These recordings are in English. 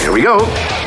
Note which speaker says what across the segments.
Speaker 1: Here we go.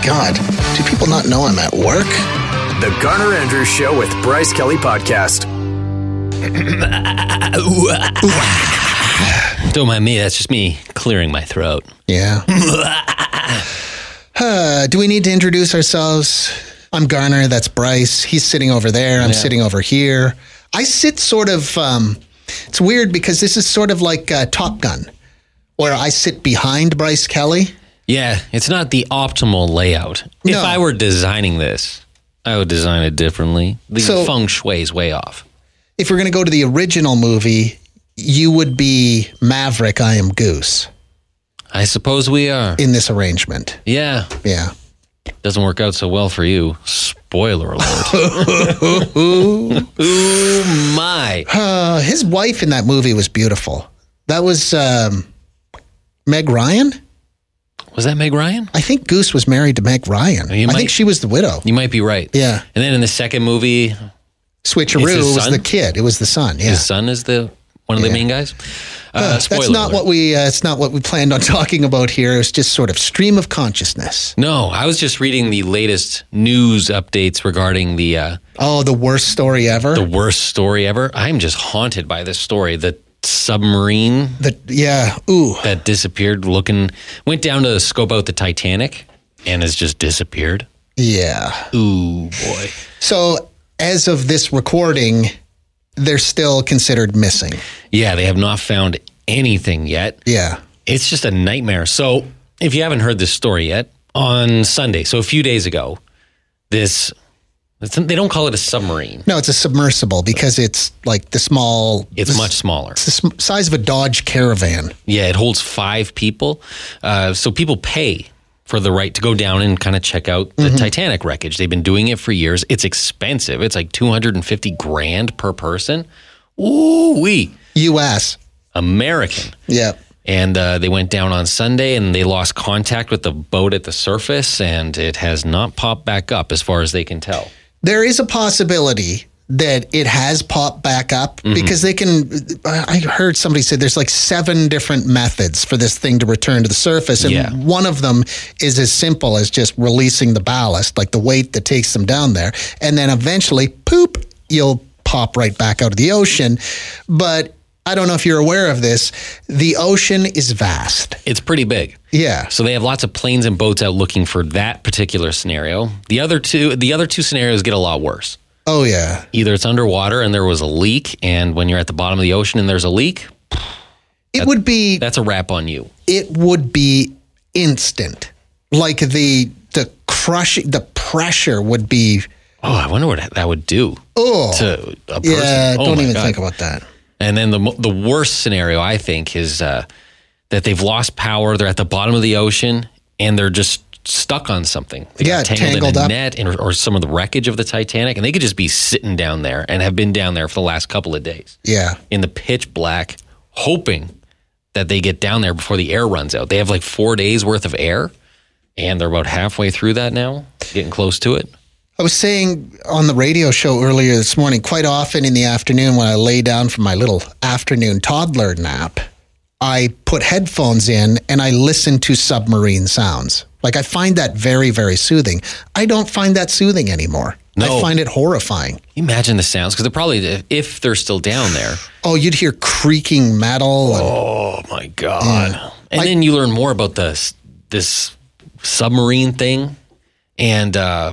Speaker 2: God, do people not know I'm at work?
Speaker 3: The Garner Andrews Show with Bryce Kelly Podcast.
Speaker 4: Don't mind me, that's just me clearing my throat.
Speaker 2: Yeah. Uh, do we need to introduce ourselves? I'm Garner. That's Bryce. He's sitting over there. I'm sitting over here. I sit sort of. Um, it's weird because this is sort of like uh, Top Gun, where I sit behind Bryce Kelly.
Speaker 4: Yeah, it's not the optimal layout. If
Speaker 2: No.
Speaker 4: I were designing this, I would design it differently. The
Speaker 2: So-
Speaker 4: feng shui is way off.
Speaker 2: If we're going to go to the original movie, you would be Maverick. I am Goose
Speaker 4: I suppose we are.
Speaker 2: in this arrangement.
Speaker 4: Yeah,
Speaker 2: Yeah.
Speaker 4: doesn't work out so well for you. Spoiler alert. Ooh, my.
Speaker 2: Uh, his wife in that movie was beautiful. That was um, Meg Ryan.
Speaker 4: Was that Meg Ryan?
Speaker 2: I think Goose was married to Meg Ryan.
Speaker 4: You
Speaker 2: I
Speaker 4: might-
Speaker 2: think she was the widow.
Speaker 4: You might be right.
Speaker 2: Yeah.
Speaker 4: And then in the second movie, It's
Speaker 2: Switcheroo
Speaker 4: his
Speaker 2: was
Speaker 4: son?
Speaker 2: the kid. It was the son. Yeah.
Speaker 4: his son is the one of the main guys. Uh, spoiler
Speaker 2: That's not
Speaker 4: alert.
Speaker 2: what we. Uh, it's not what we planned on talking about here. It was just sort of stream of consciousness.
Speaker 4: No, I was just reading the latest news updates regarding the uh,
Speaker 2: Oh, the worst story ever.
Speaker 4: the worst story ever. I'm just haunted by this story. The submarine
Speaker 2: The- yeah. Ooh.
Speaker 4: that disappeared, looking went down to scope out the Titanic, and has just disappeared.
Speaker 2: Yeah.
Speaker 4: Ooh boy!
Speaker 2: So as of this recording, they're still considered missing.
Speaker 4: Yeah, they have not found anything yet.
Speaker 2: Yeah.
Speaker 4: It's just a nightmare. So, if you haven't heard this story yet, on Sunday, so a few days ago, this it's, they don't call it a submarine.
Speaker 2: No, it's a submersible because it's like the small.
Speaker 4: It's much smaller.
Speaker 2: It's the sm- size of a Dodge Caravan.
Speaker 4: Yeah, it holds five people. Uh, so people pay for the right to go down and kind of check out the Titanic wreckage. They've been doing it for years. It's expensive. It's like 250 grand per person. Ooh wee.
Speaker 2: U.S.
Speaker 4: American.
Speaker 2: Yeah.
Speaker 4: And uh, they went down on Sunday and they lost contact with the boat at the surface and it has not popped back up as far as they can tell.
Speaker 2: there is a possibility that it has popped back up because they can i heard somebody say there's like seven different methods for this thing to return to the surface and
Speaker 4: Yeah.
Speaker 2: one of them is as simple as just releasing the ballast like the weight that takes them down there and then eventually poop you'll pop right back out of the ocean but i don't know if you're aware of this the ocean is vast
Speaker 4: It's pretty big.
Speaker 2: yeah
Speaker 4: So they have lots of planes and boats out looking for that particular scenario. The other two the other two scenarios get a lot worse.
Speaker 2: oh yeah
Speaker 4: either it's underwater and there was a leak, and when you're at the bottom of the ocean and there's a leak,
Speaker 2: it would be
Speaker 4: that's a wrap on you.
Speaker 2: it would be instant. Like the the crushing, the pressure would be.
Speaker 4: Oh, I wonder what that would do
Speaker 2: Oh,
Speaker 4: to a person.
Speaker 2: yeah.
Speaker 4: Oh
Speaker 2: don't
Speaker 4: my
Speaker 2: even
Speaker 4: God.
Speaker 2: think about that.
Speaker 4: And then the mo- the worst scenario I think is uh, that they've lost power. They're at the bottom of the ocean and they're just stuck on something. They
Speaker 2: Yeah,
Speaker 4: got tangled,
Speaker 2: tangled
Speaker 4: in a
Speaker 2: up.
Speaker 4: net and, or some of the wreckage of the Titanic, and they could just be sitting down there and have been down there for the last couple of days
Speaker 2: Yeah,
Speaker 4: in the pitch black, hoping that they get down there before the air runs out. They have like four days worth of air, and they're about halfway through that now, getting close to it.
Speaker 2: I was saying on the radio show earlier this morning. Quite often in the afternoon, when I lay down for my little afternoon toddler nap, I put headphones in and I listen to submarine sounds. Like I find that very, very soothing. I don't find that soothing anymore.
Speaker 4: No.
Speaker 2: I find it horrifying.
Speaker 4: Imagine the sounds because they're probably if they're still down there.
Speaker 2: Oh, you'd hear creaking metal. and-
Speaker 4: Oh my god! And then you learn more about this this submarine thing, and uh,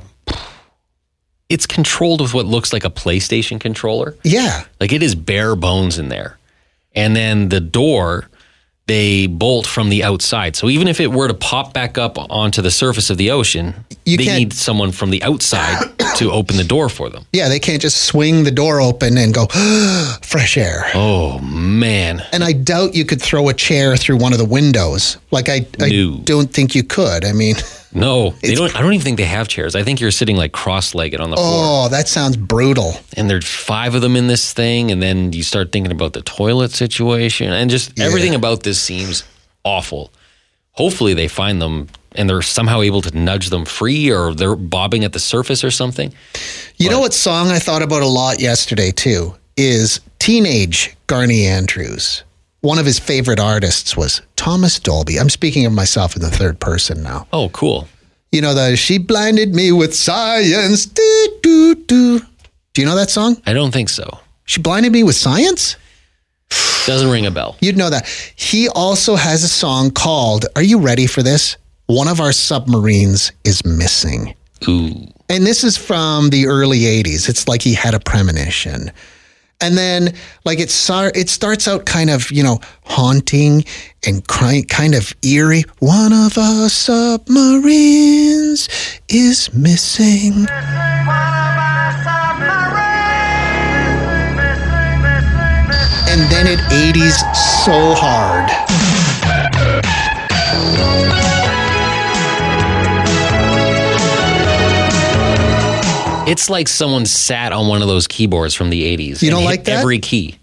Speaker 4: it's controlled with what looks like a PlayStation controller.
Speaker 2: yeah.
Speaker 4: Like it is bare bones in there. And then the door, they bolt from the outside. So even if it were to pop back up onto the surface of the ocean,
Speaker 2: You
Speaker 4: they
Speaker 2: can't-
Speaker 4: need someone from the outside to open the door for them.
Speaker 2: Yeah, they can't just swing the door open and go, fresh air.
Speaker 4: Oh man,
Speaker 2: And I doubt you could throw a chair through one of the windows. Like, I, I
Speaker 4: No.
Speaker 2: don't think you could. I mean,
Speaker 4: no, they don't. I don't even think they have chairs. I think you're sitting like cross-legged on the floor,
Speaker 2: oh, that sounds brutal.
Speaker 4: and there's five of them in this thing, and then you start thinking about the toilet situation, and just everything about this seems awful. Hopefully, they find them. And they're somehow able to nudge them free, or they're bobbing at the surface, or something.
Speaker 2: You know what song I thought about a lot yesterday, too, is Teenage Garney Andrews. One of his favorite artists was Thomas Dolby. I'm speaking of myself in the third person now.
Speaker 4: Oh, cool!
Speaker 2: You know, the She Blinded Me with Science. Do, do, do. do you know that song?
Speaker 4: I don't think so.
Speaker 2: She Blinded Me with Science?
Speaker 4: Doesn't ring a bell.
Speaker 2: You'd know that. He also has a song called Are You Ready for This? One of Our Submarines is Missing.
Speaker 4: Ooh.
Speaker 2: And this is from the early 80s. It's like he had a premonition. And then, like, it, sar- it starts out kind of, you know, haunting and cry- kind of eerie. One of our submarines is missing. And then it 80s so hard.
Speaker 4: It's like someone sat on one of those keyboards from the 80s.
Speaker 2: You don't
Speaker 4: and hit
Speaker 2: like that?
Speaker 4: Every key.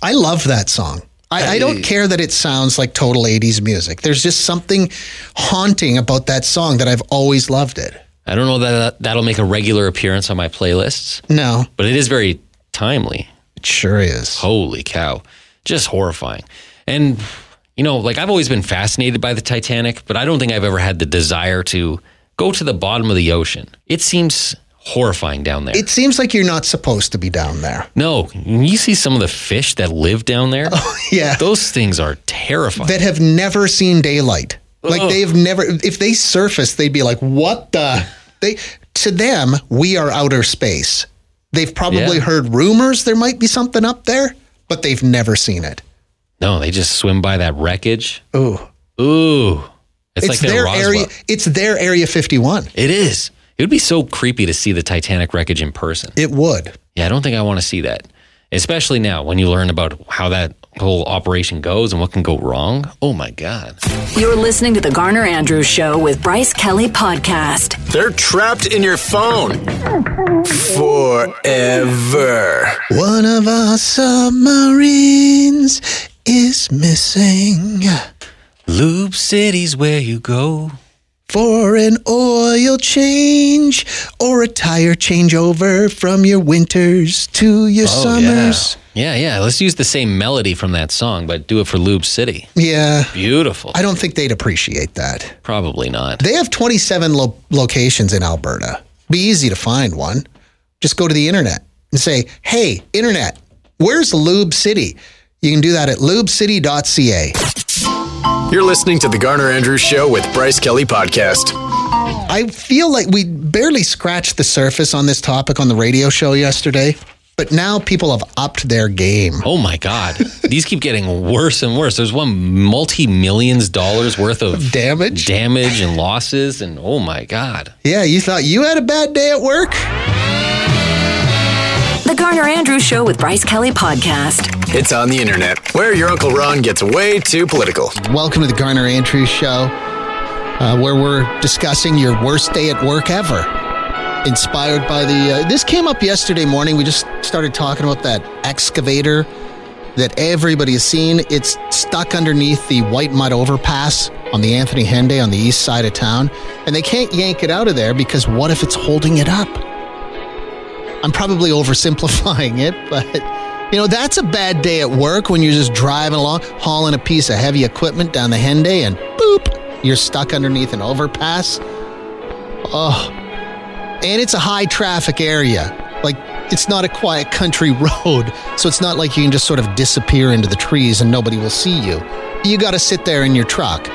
Speaker 2: I love that song. I, I don't care that it sounds like total 80s music. There's just something haunting about that song that I've always loved it.
Speaker 4: I don't know that that'll make a regular appearance on my playlists,
Speaker 2: No,
Speaker 4: but it is very timely.
Speaker 2: it sure is.
Speaker 4: Holy cow. Just horrifying. And, you know, like I've always been fascinated by the Titanic, but I don't think I've ever had the desire to go to the bottom of the ocean. It seems horrifying down there.
Speaker 2: It seems like you're not supposed to be down there.
Speaker 4: no, you see some of the fish that live down there?
Speaker 2: Oh, Yeah.
Speaker 4: Those things are terrifying.
Speaker 2: That have never seen daylight. Like
Speaker 4: Ugh.
Speaker 2: they've never, if they surfaced, they'd be like, what the? They, to them, we are outer space. They've probably
Speaker 4: Yeah.
Speaker 2: heard rumors there might be something up there, but they've never seen it.
Speaker 4: no, they just swim by that wreckage.
Speaker 2: Ooh.
Speaker 4: Ooh. It's,
Speaker 2: It's,
Speaker 4: like
Speaker 2: their
Speaker 4: their
Speaker 2: area. It's their area 51.
Speaker 4: It is. It would be so creepy to see the Titanic wreckage in person.
Speaker 2: It would.
Speaker 4: Yeah, I don't think I want to see that. Especially now when you learn about how that whole operation goes and what can go wrong. Oh my God.
Speaker 5: You're listening to The Garner Andrews Show with Bryce Kelly Podcast.
Speaker 3: They're trapped in your phone forever.
Speaker 2: One of our submarines is missing
Speaker 4: Lube City's where you go.
Speaker 2: for an oil change or a tire changeover from your winters to your
Speaker 4: Oh,
Speaker 2: summers.
Speaker 4: Yeah, yeah. Let's use the same melody from that song, but do it for Lube City.
Speaker 2: Yeah.
Speaker 4: Beautiful.
Speaker 2: I don't think they'd appreciate that.
Speaker 4: Probably not.
Speaker 2: They have 27 lo- locations in Alberta. Be easy to find one. Just go to the internet and say, hey, internet, where's Lube City? You can do that at lubecity.ca.
Speaker 3: You're listening to The Garner Andrews Show with Bryce Kelly Podcast.
Speaker 2: I feel like we barely scratched the surface on this topic on the radio show yesterday, but now people have upped their game.
Speaker 4: Oh my God. These keep getting worse and worse. There's one multi millions dollars worth of
Speaker 2: Damage?
Speaker 4: damage and losses. And oh my God.
Speaker 2: Yeah, you thought you had a bad day at work?
Speaker 5: The Garner Andrews Show with Bryce Kelly Podcast.
Speaker 3: It's on the internet, where your Uncle Ron gets way too political.
Speaker 2: Welcome to the Garner Andrews Show, uh, where we're discussing your worst day at work ever. Inspired by the. Uh, this came up yesterday morning. We just started talking about that excavator that everybody has seen. It's stuck underneath the White Mud Overpass on the Anthony Henday on the east side of town. And they can't yank it out of there because what if it's holding it up? I'm probably oversimplifying it, but you know, that's a bad day at work when you're just driving along, hauling a piece of heavy equipment down the Henday and boop, you're stuck underneath an overpass. Oh. And it's a high traffic area. Like it's not a quiet country road, so it's not like you can just sort of disappear into the trees and nobody will see you. You got to sit there in your truck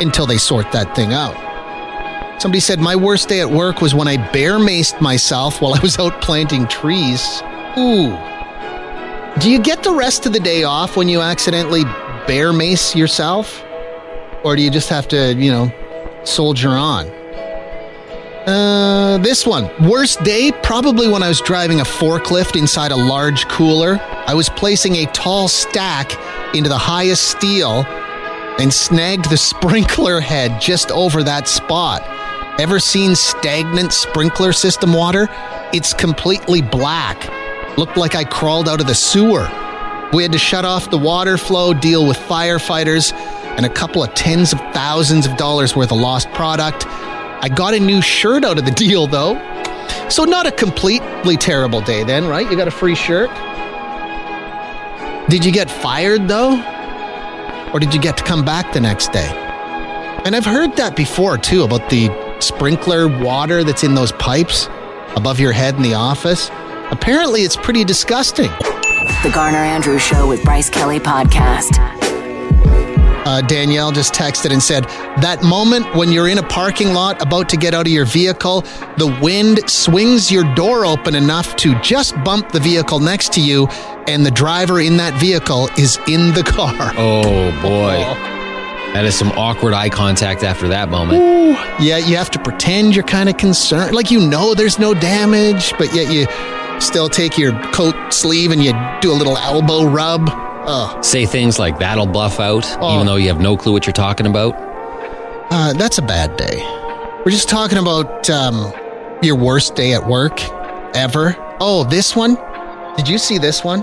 Speaker 2: until they sort that thing out. Somebody said, My worst day at work was when I bear maced myself while I was out planting trees. Ooh. Do you get the rest of the day off when you accidentally bear mace yourself? Or do you just have to, you know, soldier on? Uh, this one. Worst day, probably when I was driving a forklift inside a large cooler. I was placing a tall stack into the highest steel and snagged the sprinkler head just over that spot. Ever seen stagnant sprinkler system water? It's completely black. Looked like I crawled out of the sewer. We had to shut off the water flow, deal with firefighters, and a couple of tens of thousands of dollars worth of lost product. I got a new shirt out of the deal, though. So, not a completely terrible day, then, right? You got a free shirt. Did you get fired, though? Or did you get to come back the next day? And I've heard that before, too, about the sprinkler water that's in those pipes above your head in the office. Apparently, it's pretty disgusting.
Speaker 5: The Garner Andrews Show with Bryce Kelly Podcast.
Speaker 2: Uh, Danielle just texted and said, That moment when you're in a parking lot about to get out of your vehicle, the wind swings your door open enough to just bump the vehicle next to you, and the driver in that vehicle is in the car.
Speaker 4: Oh boy. That is some awkward eye contact after that moment.
Speaker 2: Yeah, you have to pretend you're kind of concerned. Like you know there's no damage, but yet you still take your coat sleeve and you do a little elbow rub. Ugh.
Speaker 4: Say things like that'll buff out,
Speaker 2: Oh.
Speaker 4: even though you have no clue what you're talking about.
Speaker 2: Uh, that's a bad day. We're just talking about um, your worst day at work ever. Oh, this one? Did you see this one?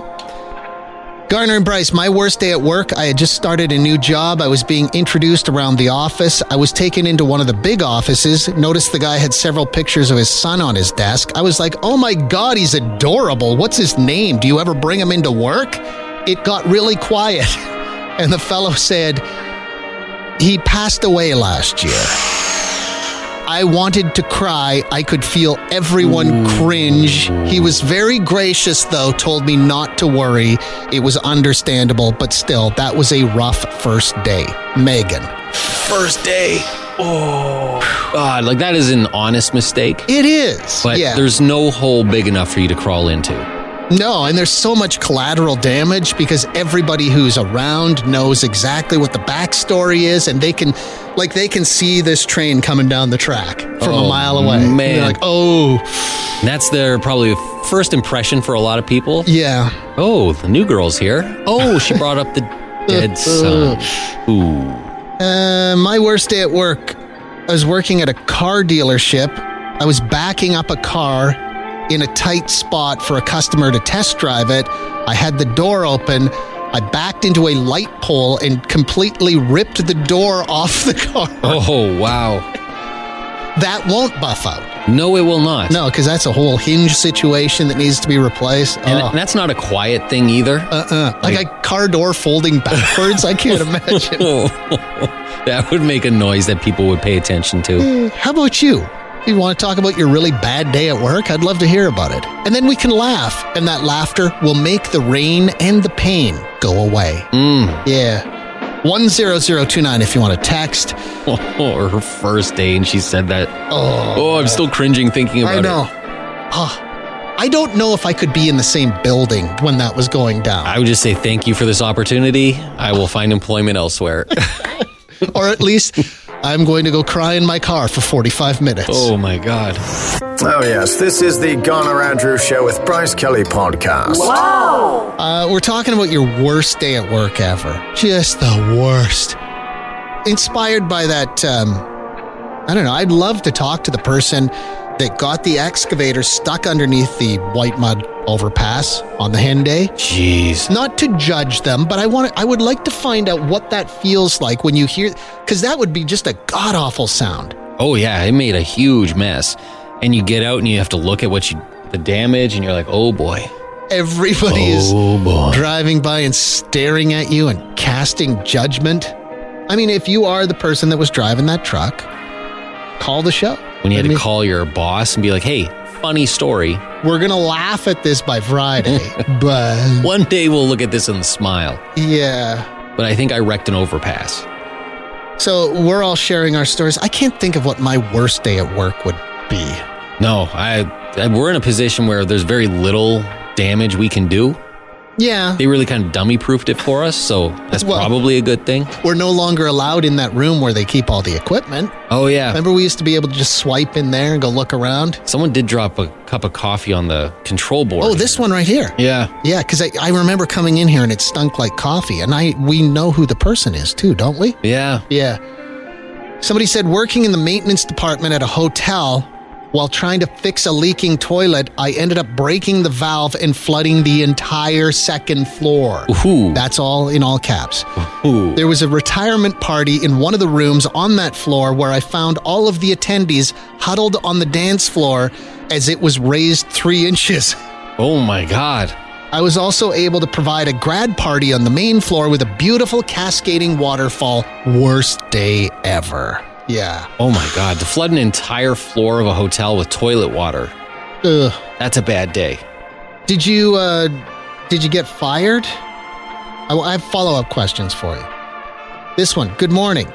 Speaker 2: Garner and Bryce, my worst day at work. I had just started a new job. I was being introduced around the office. I was taken into one of the big offices. Noticed the guy had several pictures of his son on his desk. I was like, oh my God, he's adorable. What's his name? Do you ever bring him into work? It got really quiet. And the fellow said, he passed away last year. I wanted to cry. I could feel everyone cringe. He was very gracious, though, told me not to worry. It was understandable, but still, that was a rough first day. Megan.
Speaker 4: First day. Oh. God, like that is an honest mistake.
Speaker 2: It is.
Speaker 4: But
Speaker 2: yeah.
Speaker 4: there's no hole big enough for you to crawl into.
Speaker 2: No, and there's so much collateral damage because everybody who's around knows exactly what the backstory is, and they can, like, they can see this train coming down the track from a
Speaker 4: Oh,
Speaker 2: mile away. And
Speaker 4: man.
Speaker 2: they're like, oh,
Speaker 4: And that's their probably first impression for a lot of people.
Speaker 2: yeah,
Speaker 4: Oh, the new girl's here. Oh, she brought up the dead son. Ooh.
Speaker 2: Uh, my worst day at work. I was working at a car dealership. I was backing up a car in a tight spot for a customer to test drive it. I had the door open. I backed into a light pole and completely ripped the door off the car.
Speaker 4: Oh, wow.
Speaker 2: That won't buff out.
Speaker 4: No, it will not.
Speaker 2: No, because that's a whole hinge situation that needs to be replaced.
Speaker 4: And
Speaker 2: Oh,
Speaker 4: that's not a quiet thing either.
Speaker 2: uh-uh. Like a car door folding backwards. I can't imagine.
Speaker 4: Oh, that would make a noise that people would pay attention to.
Speaker 2: How about you? You want to talk about your really bad day at work? I'd love to hear about it. And then we can laugh, and that laughter will make the rain and the pain go away.
Speaker 4: Mm.
Speaker 2: Yeah. 10029 if you want to text.
Speaker 4: or her first day, and she said that. Oh, I'm still cringing thinking about
Speaker 2: I know.
Speaker 4: it.
Speaker 2: Ah, I don't know if I could be in the same building when that was going down,
Speaker 4: I would just say thank you for this opportunity. I will find employment elsewhere.
Speaker 2: or at least I'm going to go cry in my car for 45 minutes.
Speaker 4: oh my god.
Speaker 3: Oh, yes. This is the Garner Andrews Show with Bryce Kelly podcast.
Speaker 2: Uh, we're talking about your worst day at work ever. Just the worst. Inspired by that, um, I don't know, I'd love to talk to the person that got the excavator stuck underneath the white mud overpass on the Henday.
Speaker 4: Jeez.
Speaker 2: Not to judge them, but I want I would like to find out what that feels like when you hear because that would be just a god awful sound.
Speaker 4: Oh yeah, it made a huge mess. And you get out and you have to look at what you the damage, and you're like, oh boy.
Speaker 2: Everybody is
Speaker 4: Oh boy.
Speaker 2: driving by and staring at you and casting judgment. I mean, if you are the person that was driving that truck, call the show.
Speaker 4: When you had
Speaker 2: I
Speaker 4: to
Speaker 2: mean,
Speaker 4: call your boss and be like, hey, funny story.
Speaker 2: we're gonna laugh at this by Friday, but
Speaker 4: One day we'll look at this and smile.
Speaker 2: yeah.
Speaker 4: But I think I wrecked an overpass.
Speaker 2: So we're all sharing our stories. I can't think of what my worst day at work would be.
Speaker 4: No, I, I we're in a position where there's very little damage we can do.
Speaker 2: Yeah.
Speaker 4: They really kind of dummy proofed it for us, so that's
Speaker 2: Well-
Speaker 4: probably a good thing.
Speaker 2: We're no longer allowed in that room where they keep all the equipment.
Speaker 4: Oh yeah.
Speaker 2: Remember, we used to be able to just swipe in there and go look around?
Speaker 4: Someone did drop a cup of coffee on the control board.
Speaker 2: Oh, this one right here.
Speaker 4: Yeah.
Speaker 2: Yeah, because I, I remember coming in here and it stunk like coffee. And I we know who the person is too, don't we?
Speaker 4: Yeah.
Speaker 2: Yeah. Somebody said working in the maintenance department at a hotel while trying to fix a leaking toilet, I ended up breaking the valve and flooding the entire second floor.
Speaker 4: Ooh.
Speaker 2: That's all in all caps.
Speaker 4: Ooh.
Speaker 2: There was a retirement party in one of the rooms on that floor where I found all of the attendees huddled on the dance floor as it was raised three inches.
Speaker 4: Oh my god.
Speaker 2: I was also able to provide a grad party on the main floor with a beautiful cascading waterfall. Worst day ever. Yeah.
Speaker 4: Oh my god. To flood an entire floor of a hotel with toilet water.
Speaker 2: Ugh.
Speaker 4: That's a bad day.
Speaker 2: Did you uh did you get fired? I, I have follow-up questions for you. This one. Good morning.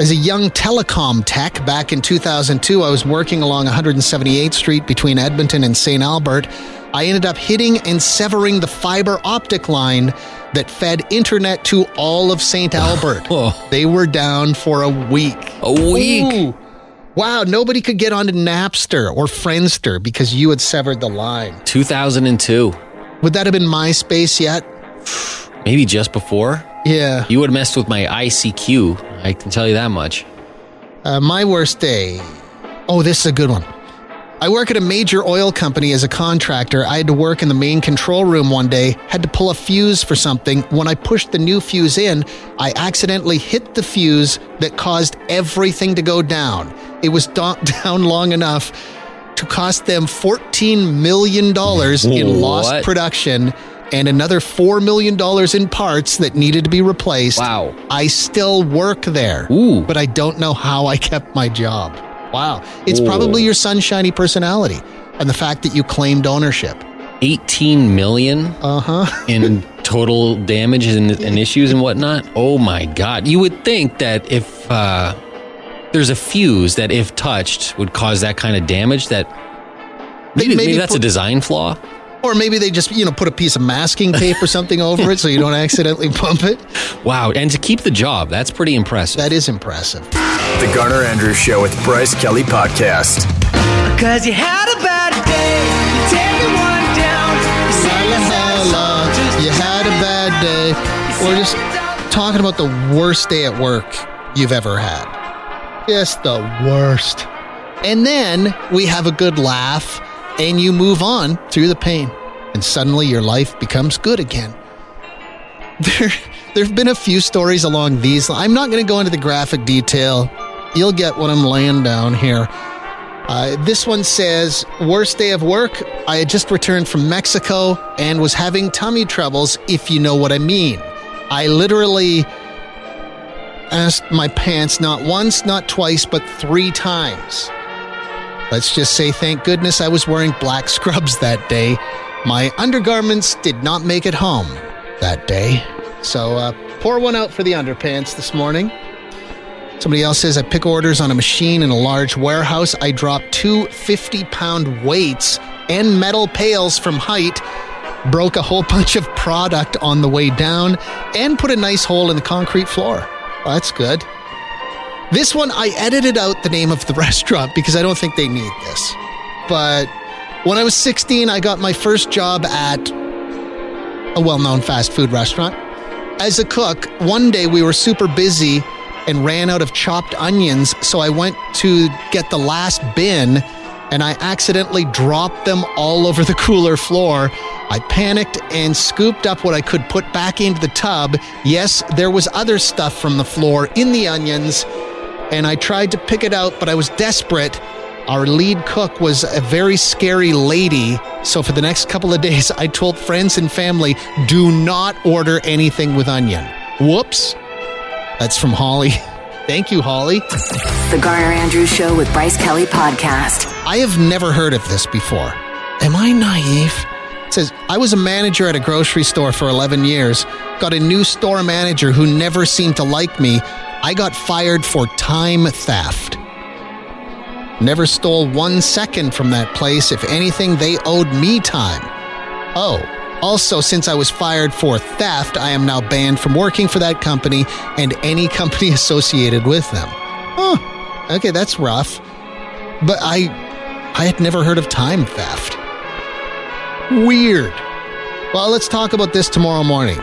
Speaker 2: As a young telecom tech back in 2002, I was working along 178th Street between Edmonton and St. Albert. I ended up hitting and severing the fiber optic line that fed internet to all of St. Albert.
Speaker 4: Whoa.
Speaker 2: They were down for a week.
Speaker 4: Oh. A week.
Speaker 2: Ooh. Wow, nobody could get onto Napster or Friendster because you had severed the line.
Speaker 4: 2002.
Speaker 2: Would that have been MySpace yet?
Speaker 4: Maybe just before.
Speaker 2: Yeah.
Speaker 4: You would have messed with my ICQ. I can tell you that much.
Speaker 2: Uh, my worst day. Oh, this is a good one. I work at a major oil company as a contractor. I had to work in the main control room one day, had to pull a fuse for something. When I pushed the new fuse in, I accidentally hit the fuse that caused everything to go down. It was do- down long enough to cost them $14 million in lost
Speaker 4: What?
Speaker 2: production and another $4 million in parts that needed to be replaced.
Speaker 4: Wow.
Speaker 2: I still work there,
Speaker 4: Ooh.
Speaker 2: but I don't know how I kept my job. Wow. It's probably your sunshiny personality and the fact that you claimed ownership.
Speaker 4: 18 million
Speaker 2: Uh huh.
Speaker 4: in total damages and, and issues and whatnot. Oh my god! You would think that if uh, there's a fuse that, if touched, would cause that kind of damage. That maybe, maybe,
Speaker 2: maybe
Speaker 4: that's
Speaker 2: put-
Speaker 4: a design flaw.
Speaker 2: Or maybe they just, you know, put a piece of masking tape or something over it so you don't accidentally bump it.
Speaker 4: Wow! And to keep the job, that's pretty impressive.
Speaker 2: That is impressive.
Speaker 3: The Garner Andrews Show with Bryce Kelly Podcast.
Speaker 6: Cause you had a bad day. You take me one down. You
Speaker 2: La,
Speaker 6: sing
Speaker 2: la,
Speaker 6: a
Speaker 2: la,
Speaker 6: sad
Speaker 2: la.
Speaker 6: song just to
Speaker 2: uh, You had a
Speaker 6: try.
Speaker 2: bad day. We're just talking about the worst day at work you've ever had. Just the worst. And then we have a good laugh and you move on through the pain. And suddenly your life becomes good again. There, there have been a few stories along these. I'm not going to go into the graphic detail. You'll get what I'm laying down here. Uh, this one says, Worst day of work. I had just returned from Mexico and was having tummy troubles, if you know what I mean. I literally asked my pants not once, not twice, but three times. Let's just say thank goodness I was wearing black scrubs that day. My undergarments did not make it home that day. So uh, pour one out for the underpants this morning. Somebody else says, I pick orders on a machine in a large warehouse. I drop two 50 pound weights and metal pails from height, broke a whole bunch of product on the way down, and put a nice hole in the concrete floor. Well, that's good. This one, I edited out the name of the restaurant because I don't think they need this. But when I was 16, I got my first job at a well known fast food restaurant. As a cook, one day we were super busy and ran out of chopped onions, so I went to get the last bin and I accidentally dropped them all over the cooler floor. I panicked and scooped up what I could put back into the tub. Yes, there was other stuff from the floor in the onions, and I tried to pick it out, but I was desperate. Our lead cook was a very scary lady. So for the next couple of days, I told friends and family, do not order anything with onion. Whoops. That's from Holly. Thank you, Holly.
Speaker 5: The Garner Andrews Show with Bryce Kelly Podcast.
Speaker 2: I have never heard of this before. Am I naive? It says, I was a manager at a grocery store for 11 years, got a new store manager who never seemed to like me. I got fired for time theft. Never stole one second from that place. If anything, they owed me time. Oh, Also, since I was fired for theft, I am now banned from working for that company and any company associated with them. Huh. Okay, that's rough. But I I had never heard of time theft. Weird. Well, let's talk about this tomorrow morning.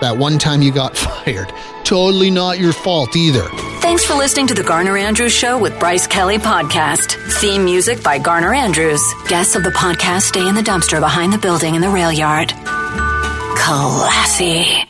Speaker 2: That one time you got fired. Totally not your fault either.
Speaker 5: Thanks for listening to the Garner Andrews Show with Bryce Kelly Podcast. Theme music by Garner Andrews. Guests of the podcast stay in the dumpster behind the building in the rail yard. Classy.